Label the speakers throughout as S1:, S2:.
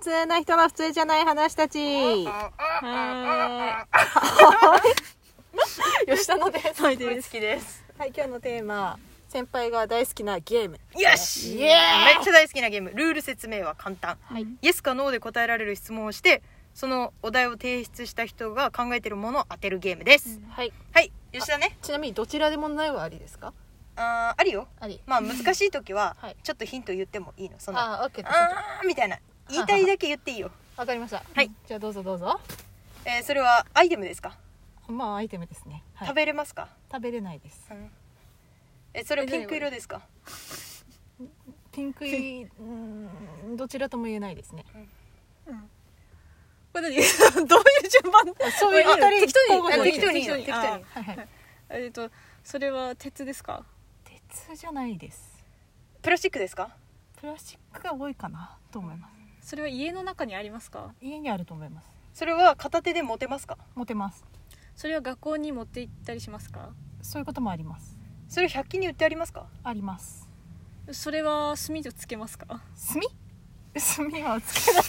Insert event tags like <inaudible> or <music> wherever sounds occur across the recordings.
S1: 通な人の普通じゃない話たち。はーい。吉田のです。
S2: はいです。好きです。
S1: はい、今日のテーマ、先輩が大好きなゲーム。
S2: よし
S1: イ
S2: め
S1: エーイ
S2: っちゃ大好きなゲーム。ルール説明は簡単。
S1: はい。
S2: イエスかノーで答えられる質問をして、そのお題を提出した人が考えてるものを当てるゲームです。
S1: はい。
S2: はい。吉田ね。
S1: ちなみにどちらでもないはありですか
S2: あーあるよ。
S1: あり。
S2: まあ難しい時は
S1: はい、
S2: ちょっとヒント言ってもいいの。その、あ
S1: あ、OK です。
S2: ーみたいな。言いたいだけ言
S3: <laughs>
S2: っていいよ。
S1: わかりました。
S2: はい。
S1: じゃあどうぞどうぞ。
S2: えーそれはアイテムですか
S1: まあ、アイテムですね。はい
S2: 食べれますか
S1: 食べれないです。
S2: うんえ、それはピンク色ですか
S1: ピンクい、うーんどちらとも言えないですね。
S3: これ何 <laughs> どういう順番
S1: そういう
S3: あ
S1: 当たり
S3: 適当に
S1: 交互
S3: あ
S1: に
S3: 適当に
S2: 適当に
S3: 適当に
S1: はいはい。
S3: あえっとそれは鉄ですか
S1: 鉄じゃないです。
S2: プラスチックですか
S1: プラスチックが多いかなと思います。
S3: それは家の中にありますか
S1: 家にあると思います。
S2: それは片手で持てますか
S1: 持てます。
S3: それは学校に持って行ったりしますか
S1: そういうこともあります。
S2: それ100均に売ってありますか
S1: あります。
S3: それは炭とつけますか
S1: 炭 <laughs> 炭はつけない。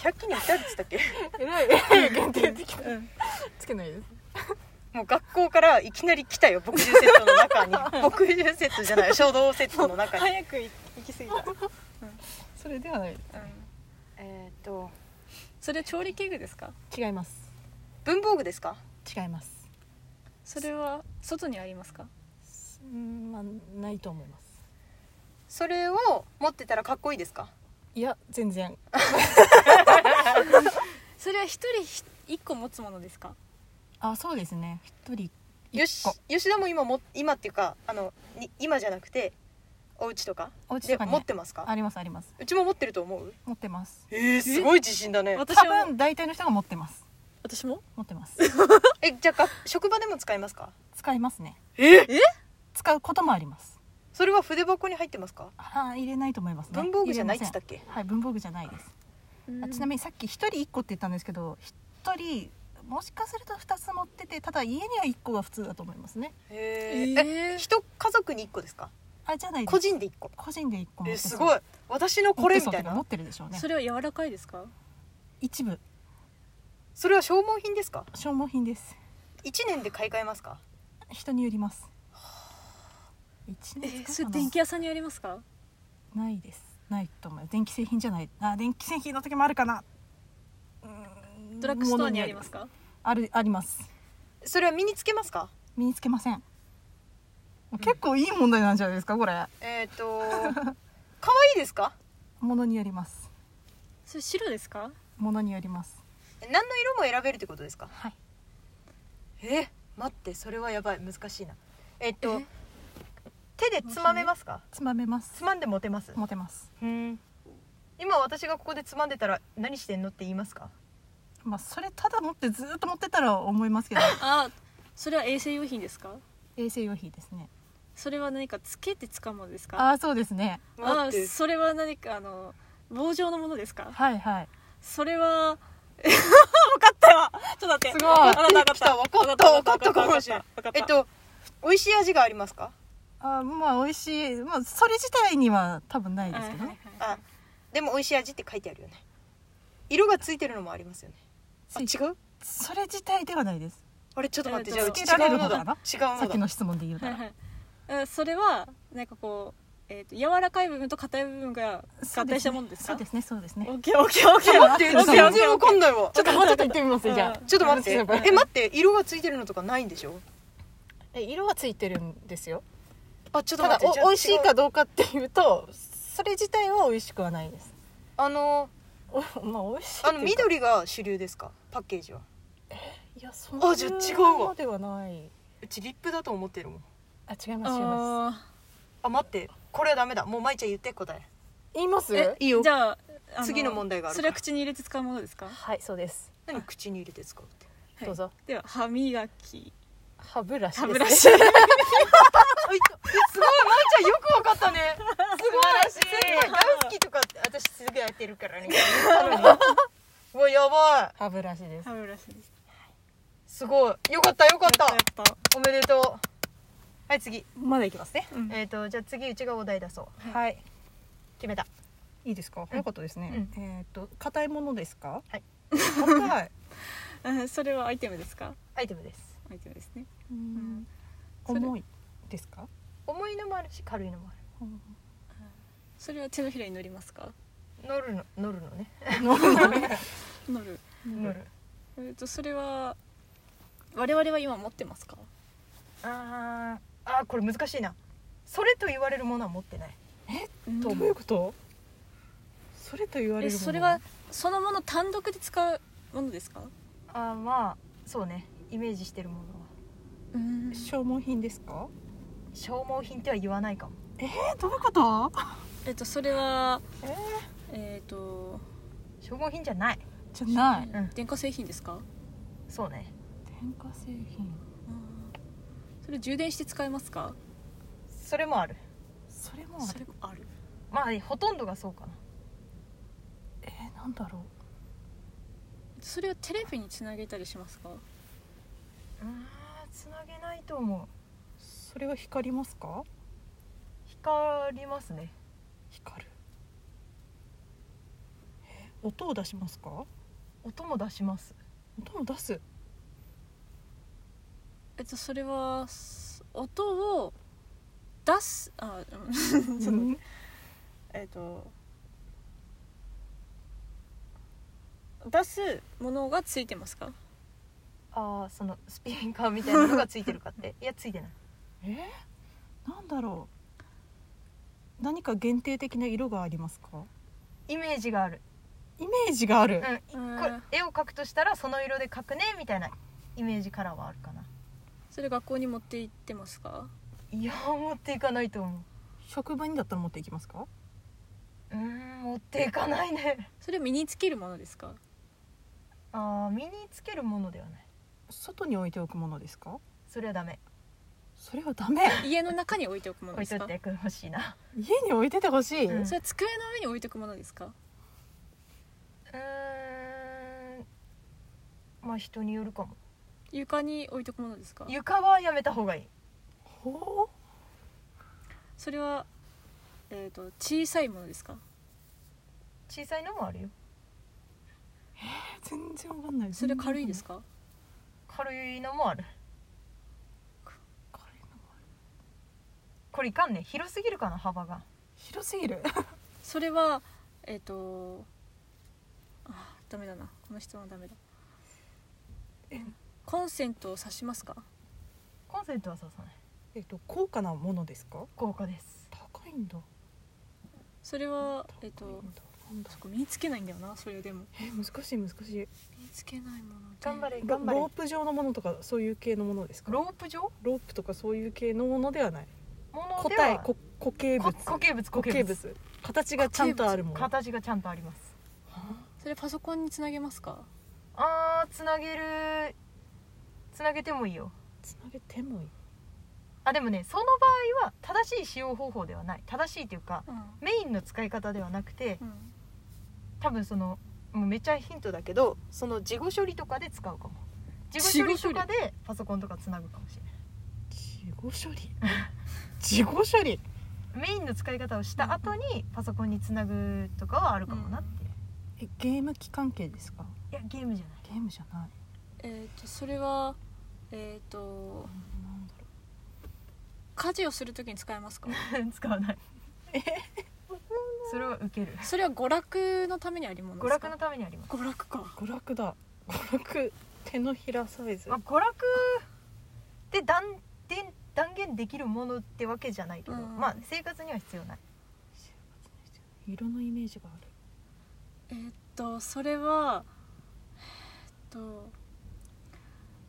S2: 100均に売ってあるっつったっけ
S1: え <laughs> らい、えらい限定的な。つけないです。
S2: <laughs> もう学校からいきなり来たよ牧獣セットの中に
S3: <laughs>
S2: 牧獣セットじゃない衝動セットの中に
S3: く行き過ぎた、
S1: それではない。
S2: えーっと
S3: それは調理器具ですか
S1: 違います。
S2: 文房具ですか
S1: 違います。
S3: それは外にありますか
S1: うーん、まあ、ないと思います。
S2: それを持ってたらかっこいいですか
S1: いや、全然。
S3: それは一人ひ一個持つものですか
S1: あ、そうですね。一人。
S2: よし吉田も今も今っていうかあのに今じゃなくてお家とか
S1: お家
S2: で
S1: とかに
S2: 持ってますか
S1: あります、あります。
S2: うちも持ってると思う
S1: 持ってます。
S2: えー、すごい自信だね
S3: 私
S1: 多
S3: は
S1: 分、大体の人が持ってます。
S3: 私も
S1: 持ってます。 <laughs>
S2: えじゃあが職場でも使いますか
S1: 使いますね。
S2: ええ
S1: 使うこともあります。
S2: それは筆箱に入ってますか
S1: はい、入れないと思いますね。
S2: 文房具じゃないっつった
S1: 入
S2: っけ
S1: れませんはい、文房具じゃないです。あちな
S3: み
S1: みにさっき1人1個って言ったんですけど1人もしかすると2つ持っててただ家には1個が普通だと思いますね
S2: へ
S3: え
S2: ーえ一家族に一個ですか
S1: あじゃないです
S2: 個人で一個
S1: 個人で1個持っ
S2: え
S1: てそう
S2: すごい私のこれみ
S1: 持ってそう
S2: た
S1: っ
S2: い
S1: てか持
S2: な
S1: ってるでしょうね
S3: それは柔らかいですか
S1: 一部
S2: それは消耗品ですか
S1: 消耗品です
S2: 一年で買い替えますか
S1: 人によります1
S3: え
S1: 年
S3: ー、
S1: 使
S3: そうれ
S1: かな
S3: 電気屋さんにありますか
S1: ないですないと思います電気製品じゃないあ電気製品の時もあるかなうーん
S3: ドラッグストアにあります
S1: もの
S3: か
S1: あるあります
S2: それは身につけますか
S1: 身につけません結構いい問題なんじゃないですかこれ
S2: えっ、ー、と
S1: <laughs>
S2: 可愛いですか
S1: ものによります
S3: それ白ですか
S1: ものによります
S2: え何の色も選べるってことですか
S1: はい
S2: え待ってそれはやばい難しいなえっ、と手でつまめますか
S1: つまめます
S2: つまんで持てます
S1: 持てます
S2: うん今私がここでつまんでたら何してんのって言いますか
S1: まあそれただ持ってずーっと持ってたら思いますけど
S3: あそれは衛生用品ですか
S1: 衛生用品ですね
S3: それは何かつけて使うものですか
S1: ああそうですね
S2: 待って
S3: それは何かあの棒状のものですか
S1: はいはい
S3: それは分かったよちょっと待って
S1: すごいあ
S3: 分かった
S2: 来たわかったわかったかもしれないえっと美味しい味がありますか
S1: あーまあ美味しいまあそれ自体には多分ないですけどね、
S2: あでも美味しい味って書いてあるよね色がついてるのもありますよねあ
S1: つい
S2: 違う
S1: それ自体ではないです
S2: あれちょっと待って
S3: え
S2: じゃあう
S1: つ
S2: ち
S1: けら
S2: 違
S1: れる
S2: うの
S1: 方か
S2: だ
S1: な
S2: 違
S1: さっき
S2: うの
S1: の
S2: だ
S1: 質問で言うたら
S3: それはなんかこう、えっと柔らかい部分と硬い部分が
S1: そ
S3: <laughs> 合
S1: うですね
S3: 体したものですか
S1: そうですすねそうですね
S3: オッケーオッケーオッケ
S1: <laughs>
S3: ー
S2: 待って
S1: オッケー
S2: 全然わかんないわ
S1: ちょっともうちょっと行ってみます
S3: うん
S1: じゃあ
S2: ちょっと待って
S1: うん
S2: え待って色がついてるのとかないんでしょ
S1: え色はついてるんですよ
S2: あちょっと
S1: た
S2: 待
S1: だ
S2: っ
S1: お
S2: てじゃあ
S1: 美味しい
S2: 違
S1: か
S2: う
S1: どうかっていうとそれ自体は美味しくはないです
S2: あの
S1: おまあ美味しいってい
S2: あ
S1: うか
S2: の緑が主流ですかパッケージはい
S1: やそんな
S2: あじゃあ違うわ
S1: ものではないう
S2: ちリップだと思ってるもん
S1: あ違います違います
S3: あ
S2: あ待ってこれはダメだもう舞ちゃん言って答え
S1: 言います
S3: え
S2: いいよ
S3: じゃあ
S2: 次の問題があるから
S3: それは口に入れて使うものですか
S1: はいそうです
S2: 何口に入れて使うって
S1: どうぞ
S3: では歯磨き
S1: <laughs> 歯ブラシです
S3: 歯
S1: ね
S3: ブラシ
S2: あいたすごいまいちゃんよくわかったねすごいすごい大好きとかって私すぐやってるからねうわやばい
S1: 歯ブラシです
S3: 歯ブラシです
S2: すごいよかったよかっ
S3: や
S2: た
S3: ったやっ
S2: おめでとうはい次
S1: まだいきますね
S3: たうん
S2: えっ、とじゃあ次うちがお題出そう
S1: はい
S2: 決めた
S1: いいですか早かったですね、えーっと硬いものですか
S2: はい
S1: 硬い
S3: うんそれはアイテムですか
S2: アイテムです
S3: アイテムですね
S1: <laughs> うん
S3: それ
S1: 重いですか
S2: 重いのもあるし軽いのもあ
S3: それは手のひらに乗りますか
S2: る乗るの乗るのね
S3: 乗る
S2: 乗る
S3: えーとそれは我々は今持ってますか
S2: あーあーこれ難しいなそれと言われるものは持ってない
S1: どういうことそれと言われ
S3: え
S1: るもの
S3: それはそのもの単独で使うものですか
S2: あーまあそうねイメージしてるものは
S3: うん
S1: 消耗品ですか
S2: 消耗品っては言わないかも
S1: えどういうこと
S3: えっとそれは
S2: えー
S3: えっと
S2: 消耗品じゃない
S1: じゃない
S2: うん
S3: 電化製品ですか
S2: そうね
S1: 電化製品
S3: それ充電して使えますか
S2: それもある
S1: それもあ
S3: そ
S1: る
S3: れもある
S2: まあほとんどがそうかな
S1: えー、なんだろう
S3: それをテレビにつなげたりしますか
S2: あつなげないと思う
S1: それは光りますか
S2: 光りますね
S1: 光るえ音を出しますか
S2: 音も出します
S1: 音も出す
S3: えっとそれはす音を出すあうんちょっと待ってえっと出すものがついてますか
S2: ああそのスピーカーみたいなのがついてるかって <laughs> いやついてない
S1: えー、なんだろう何か限定的な色がありますか
S2: イメージがある
S1: イメージがあ
S2: う
S1: る
S2: ん、これ絵を描くとしたらその色で描くねみたいなイメージカラーはあるかな
S3: それ学校に持って行ってますか
S2: いや持っていかないと思
S1: 職場にだったら持っていきますか
S2: ううーん持っていかないね
S3: それを身につけるものですか
S2: ああ身につけるものではない
S1: 外に置いておくものですか
S2: それはダメ
S1: それはダメ
S3: 家の中に置いておくもの
S2: 置
S3: で
S2: いと
S3: すか
S2: いてほしいな
S1: 家に置いててほしい、
S2: うん
S3: それは机の上に置いておくものですか
S2: うーんまあ人によるかも
S3: 床に置いておくものですか
S2: 床はやめた方がいい
S1: ほ
S3: それは、えー、と小さいものですか
S2: 小さいのもあるよ
S1: う全然わかんない
S3: それは軽いです
S1: か
S3: か
S2: 軽いのもある
S1: 軽いの
S2: これいかんね広すぎるかな幅が
S1: 広すぎる
S3: それはえっ、とあダメだなこの質問ダメだ
S1: え
S3: コンセントを挿しますか
S2: コンセントは刺さない
S1: えっと高価なものですか
S2: 豪華です
S1: 高いんだ
S3: それは
S1: 高
S3: えっ、
S1: い
S3: と
S1: んだなんだ
S3: そこ身につけないんだよなそれでも
S1: え難しい難しい
S3: 身につけないもので
S2: 頑張れ
S1: ロ
S2: 頑張れ
S1: ロープ状のものとかそういう系のものですか
S2: ロープ状
S1: ロープとかそういう系のものではない
S2: もの
S1: 固
S2: では
S1: 体固固形
S2: こ
S1: 物
S2: 固形物固
S1: 固
S2: 形
S1: 形
S2: 物
S1: 物形がちゃんとあるもの
S2: 形がちゃんとあります
S3: それパソコンにつなげますか
S2: あーつなげるつなげてもいいよ
S1: つなげてもいい
S2: あでもねその場合は正しい使用方法ではない正しいというか
S3: うん、
S2: メインの使い方ではなくて
S3: うん
S2: 多分そのもうめっちゃヒントだけどその事後処理とかで使うかも事後処理とかでパソコンとかつなぐかもしれない
S1: 事後処理事後処理
S2: メインの使い方をした後にパソコンにつなぐとかはあるかもなっていう、
S1: えゲーム機関係ですか
S2: いやゲームじゃない
S1: ゲームじゃない
S3: えっ、とそれはえっ、と
S1: なんだろ
S3: 家事をするときに使
S2: <laughs>
S3: えますか
S2: 使わないそれは受ける
S3: それは娯楽のためにありもので
S2: 娯
S3: す
S2: 楽
S3: か
S2: のためにあります、
S3: 娯楽か
S1: う娯楽だ娯楽手のひらサイズ
S2: まあ、娯楽で断で断言できるものってわけじゃないけど、
S3: うん
S2: まあ生活には必要ない
S1: 色のイメージがある
S3: えーっとそれはえーっ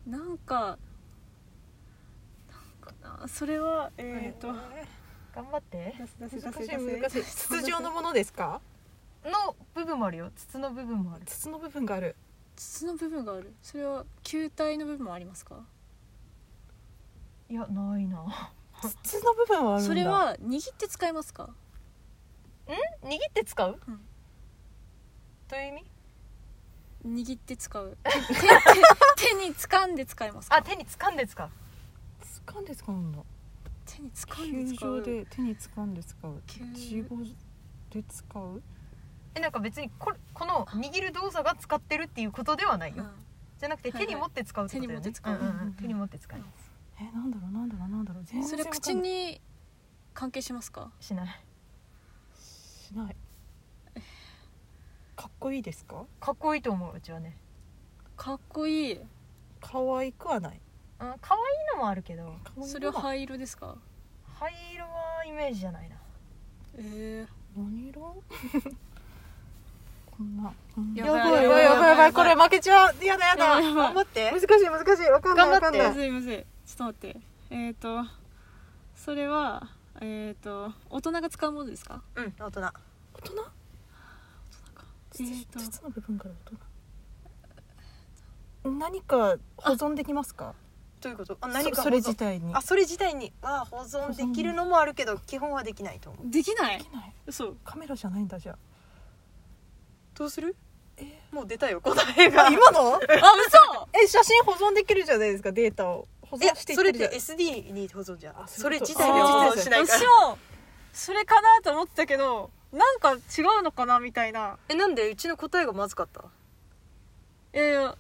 S3: となんかなんかなそれはえーっと
S2: 頑張って
S1: 難
S3: 難
S1: しい難しい筒状のものですか
S2: の部分もあるよ筒の部分もある
S1: 筒の部分がある
S3: 筒の部分があるそれは球体の部分もありますか
S2: いやないな <laughs>
S1: 筒の部分はあるんだ
S3: それは握って使えますか
S2: 握って使う、
S3: うん
S2: という意味
S3: 握って使
S1: <laughs>
S3: う手手手手に掴んで使えますか
S2: あ手に掴んで使う
S1: 掴んで使うんだ
S3: 手に掴
S1: 球
S3: んで使う
S1: 状で手に掴んで使う
S3: 球
S1: 地棒で使う
S2: えなんか別にこれこの握る動作が使ってるっていうことではないよ、じゃなくて
S3: はいは
S2: 手
S3: い
S2: に持って使うってことだよね
S3: 手に持って使うん
S2: んん手に持って使う
S1: えなんだろうなんだろうなんだろう全
S3: うん
S1: 然
S3: それ
S1: わかん
S3: 口
S1: ない
S3: に関係しますか
S2: しない
S1: しないかっこいいですか
S2: かっこいいと思ううちはね
S3: かっこいい
S1: 可愛くはない
S2: うん可愛いのもあるけど
S1: 可愛いの
S3: それは灰色ですか
S2: 灰色はイメージじゃないな
S3: え
S1: 何色 <laughs> こんなこん
S3: い
S1: な
S3: や
S1: や
S3: ば
S1: ば
S3: い
S1: いやばいやばいやば
S3: や
S1: い
S3: ば
S1: こ
S3: い
S1: れ負けちゃうやだやだ
S3: やばいやば
S2: 待って
S1: 難しい難しいわかんない
S2: 頑張
S1: わ
S2: って
S1: かん
S3: ー、
S1: な
S3: む
S1: い
S3: ずいむずいちょっと待ってえっ、ー、とそれはえっ、ー、と大人が使うものですか
S2: うん大人
S1: 大人
S3: え
S1: 筒
S3: っ、ー、と
S1: 筒の部分から大人何か保存できますか
S2: どういうことあ
S1: そ
S2: 何か
S1: それ自体に
S2: あそれ自体には保存できるのもあるけど基本はできないと思う
S3: できない
S1: できない
S2: <laughs>
S3: そう
S1: カメラじゃないんだじゃあ
S2: どうする
S1: え
S2: もう出たよ答えが
S1: 今の
S3: あ嘘
S1: え写真保存できるじゃないですかデータを保
S2: え
S1: 存していって
S2: それっ
S1: るじゃ
S2: て
S1: ん
S2: SD に保存じゃん
S1: あ
S2: そ
S1: そうい
S2: れ
S1: うこと
S2: 自
S1: あ
S2: 体で
S1: ー
S2: 保存しないから
S3: 私もそれかなと思ってたけどなんか違うのかなみたいな
S2: えなんでうちの答えがまずかった
S3: いやいや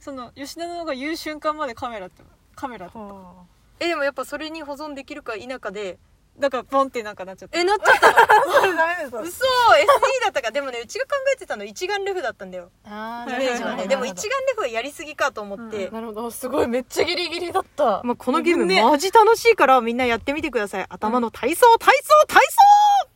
S3: その吉田の方が言う瞬間までカメラってカメラって
S1: は
S2: えでもやっぱそれに保存できるか否かで
S3: だからボンってなんかなっちゃった
S2: えなっちゃった
S1: あそれダメです
S2: <laughs> 嘘
S1: よ
S2: SD だったかでもねうちが考えてたの一眼レフだったんだよ
S1: あ
S2: イ
S3: ーなる
S2: メ
S3: ほ
S2: ー
S3: ど
S2: ジは
S3: なるほ
S2: ね
S3: ど
S2: でも一眼レフはやりすぎかと思って、
S1: なるほどすごいめっちゃギリギリだった
S2: まあ、このゲ
S3: ゲ
S2: ー
S3: ー
S2: ム
S3: ム
S2: マジ楽しいからみんなやってみてください。頭の体操、体操、体操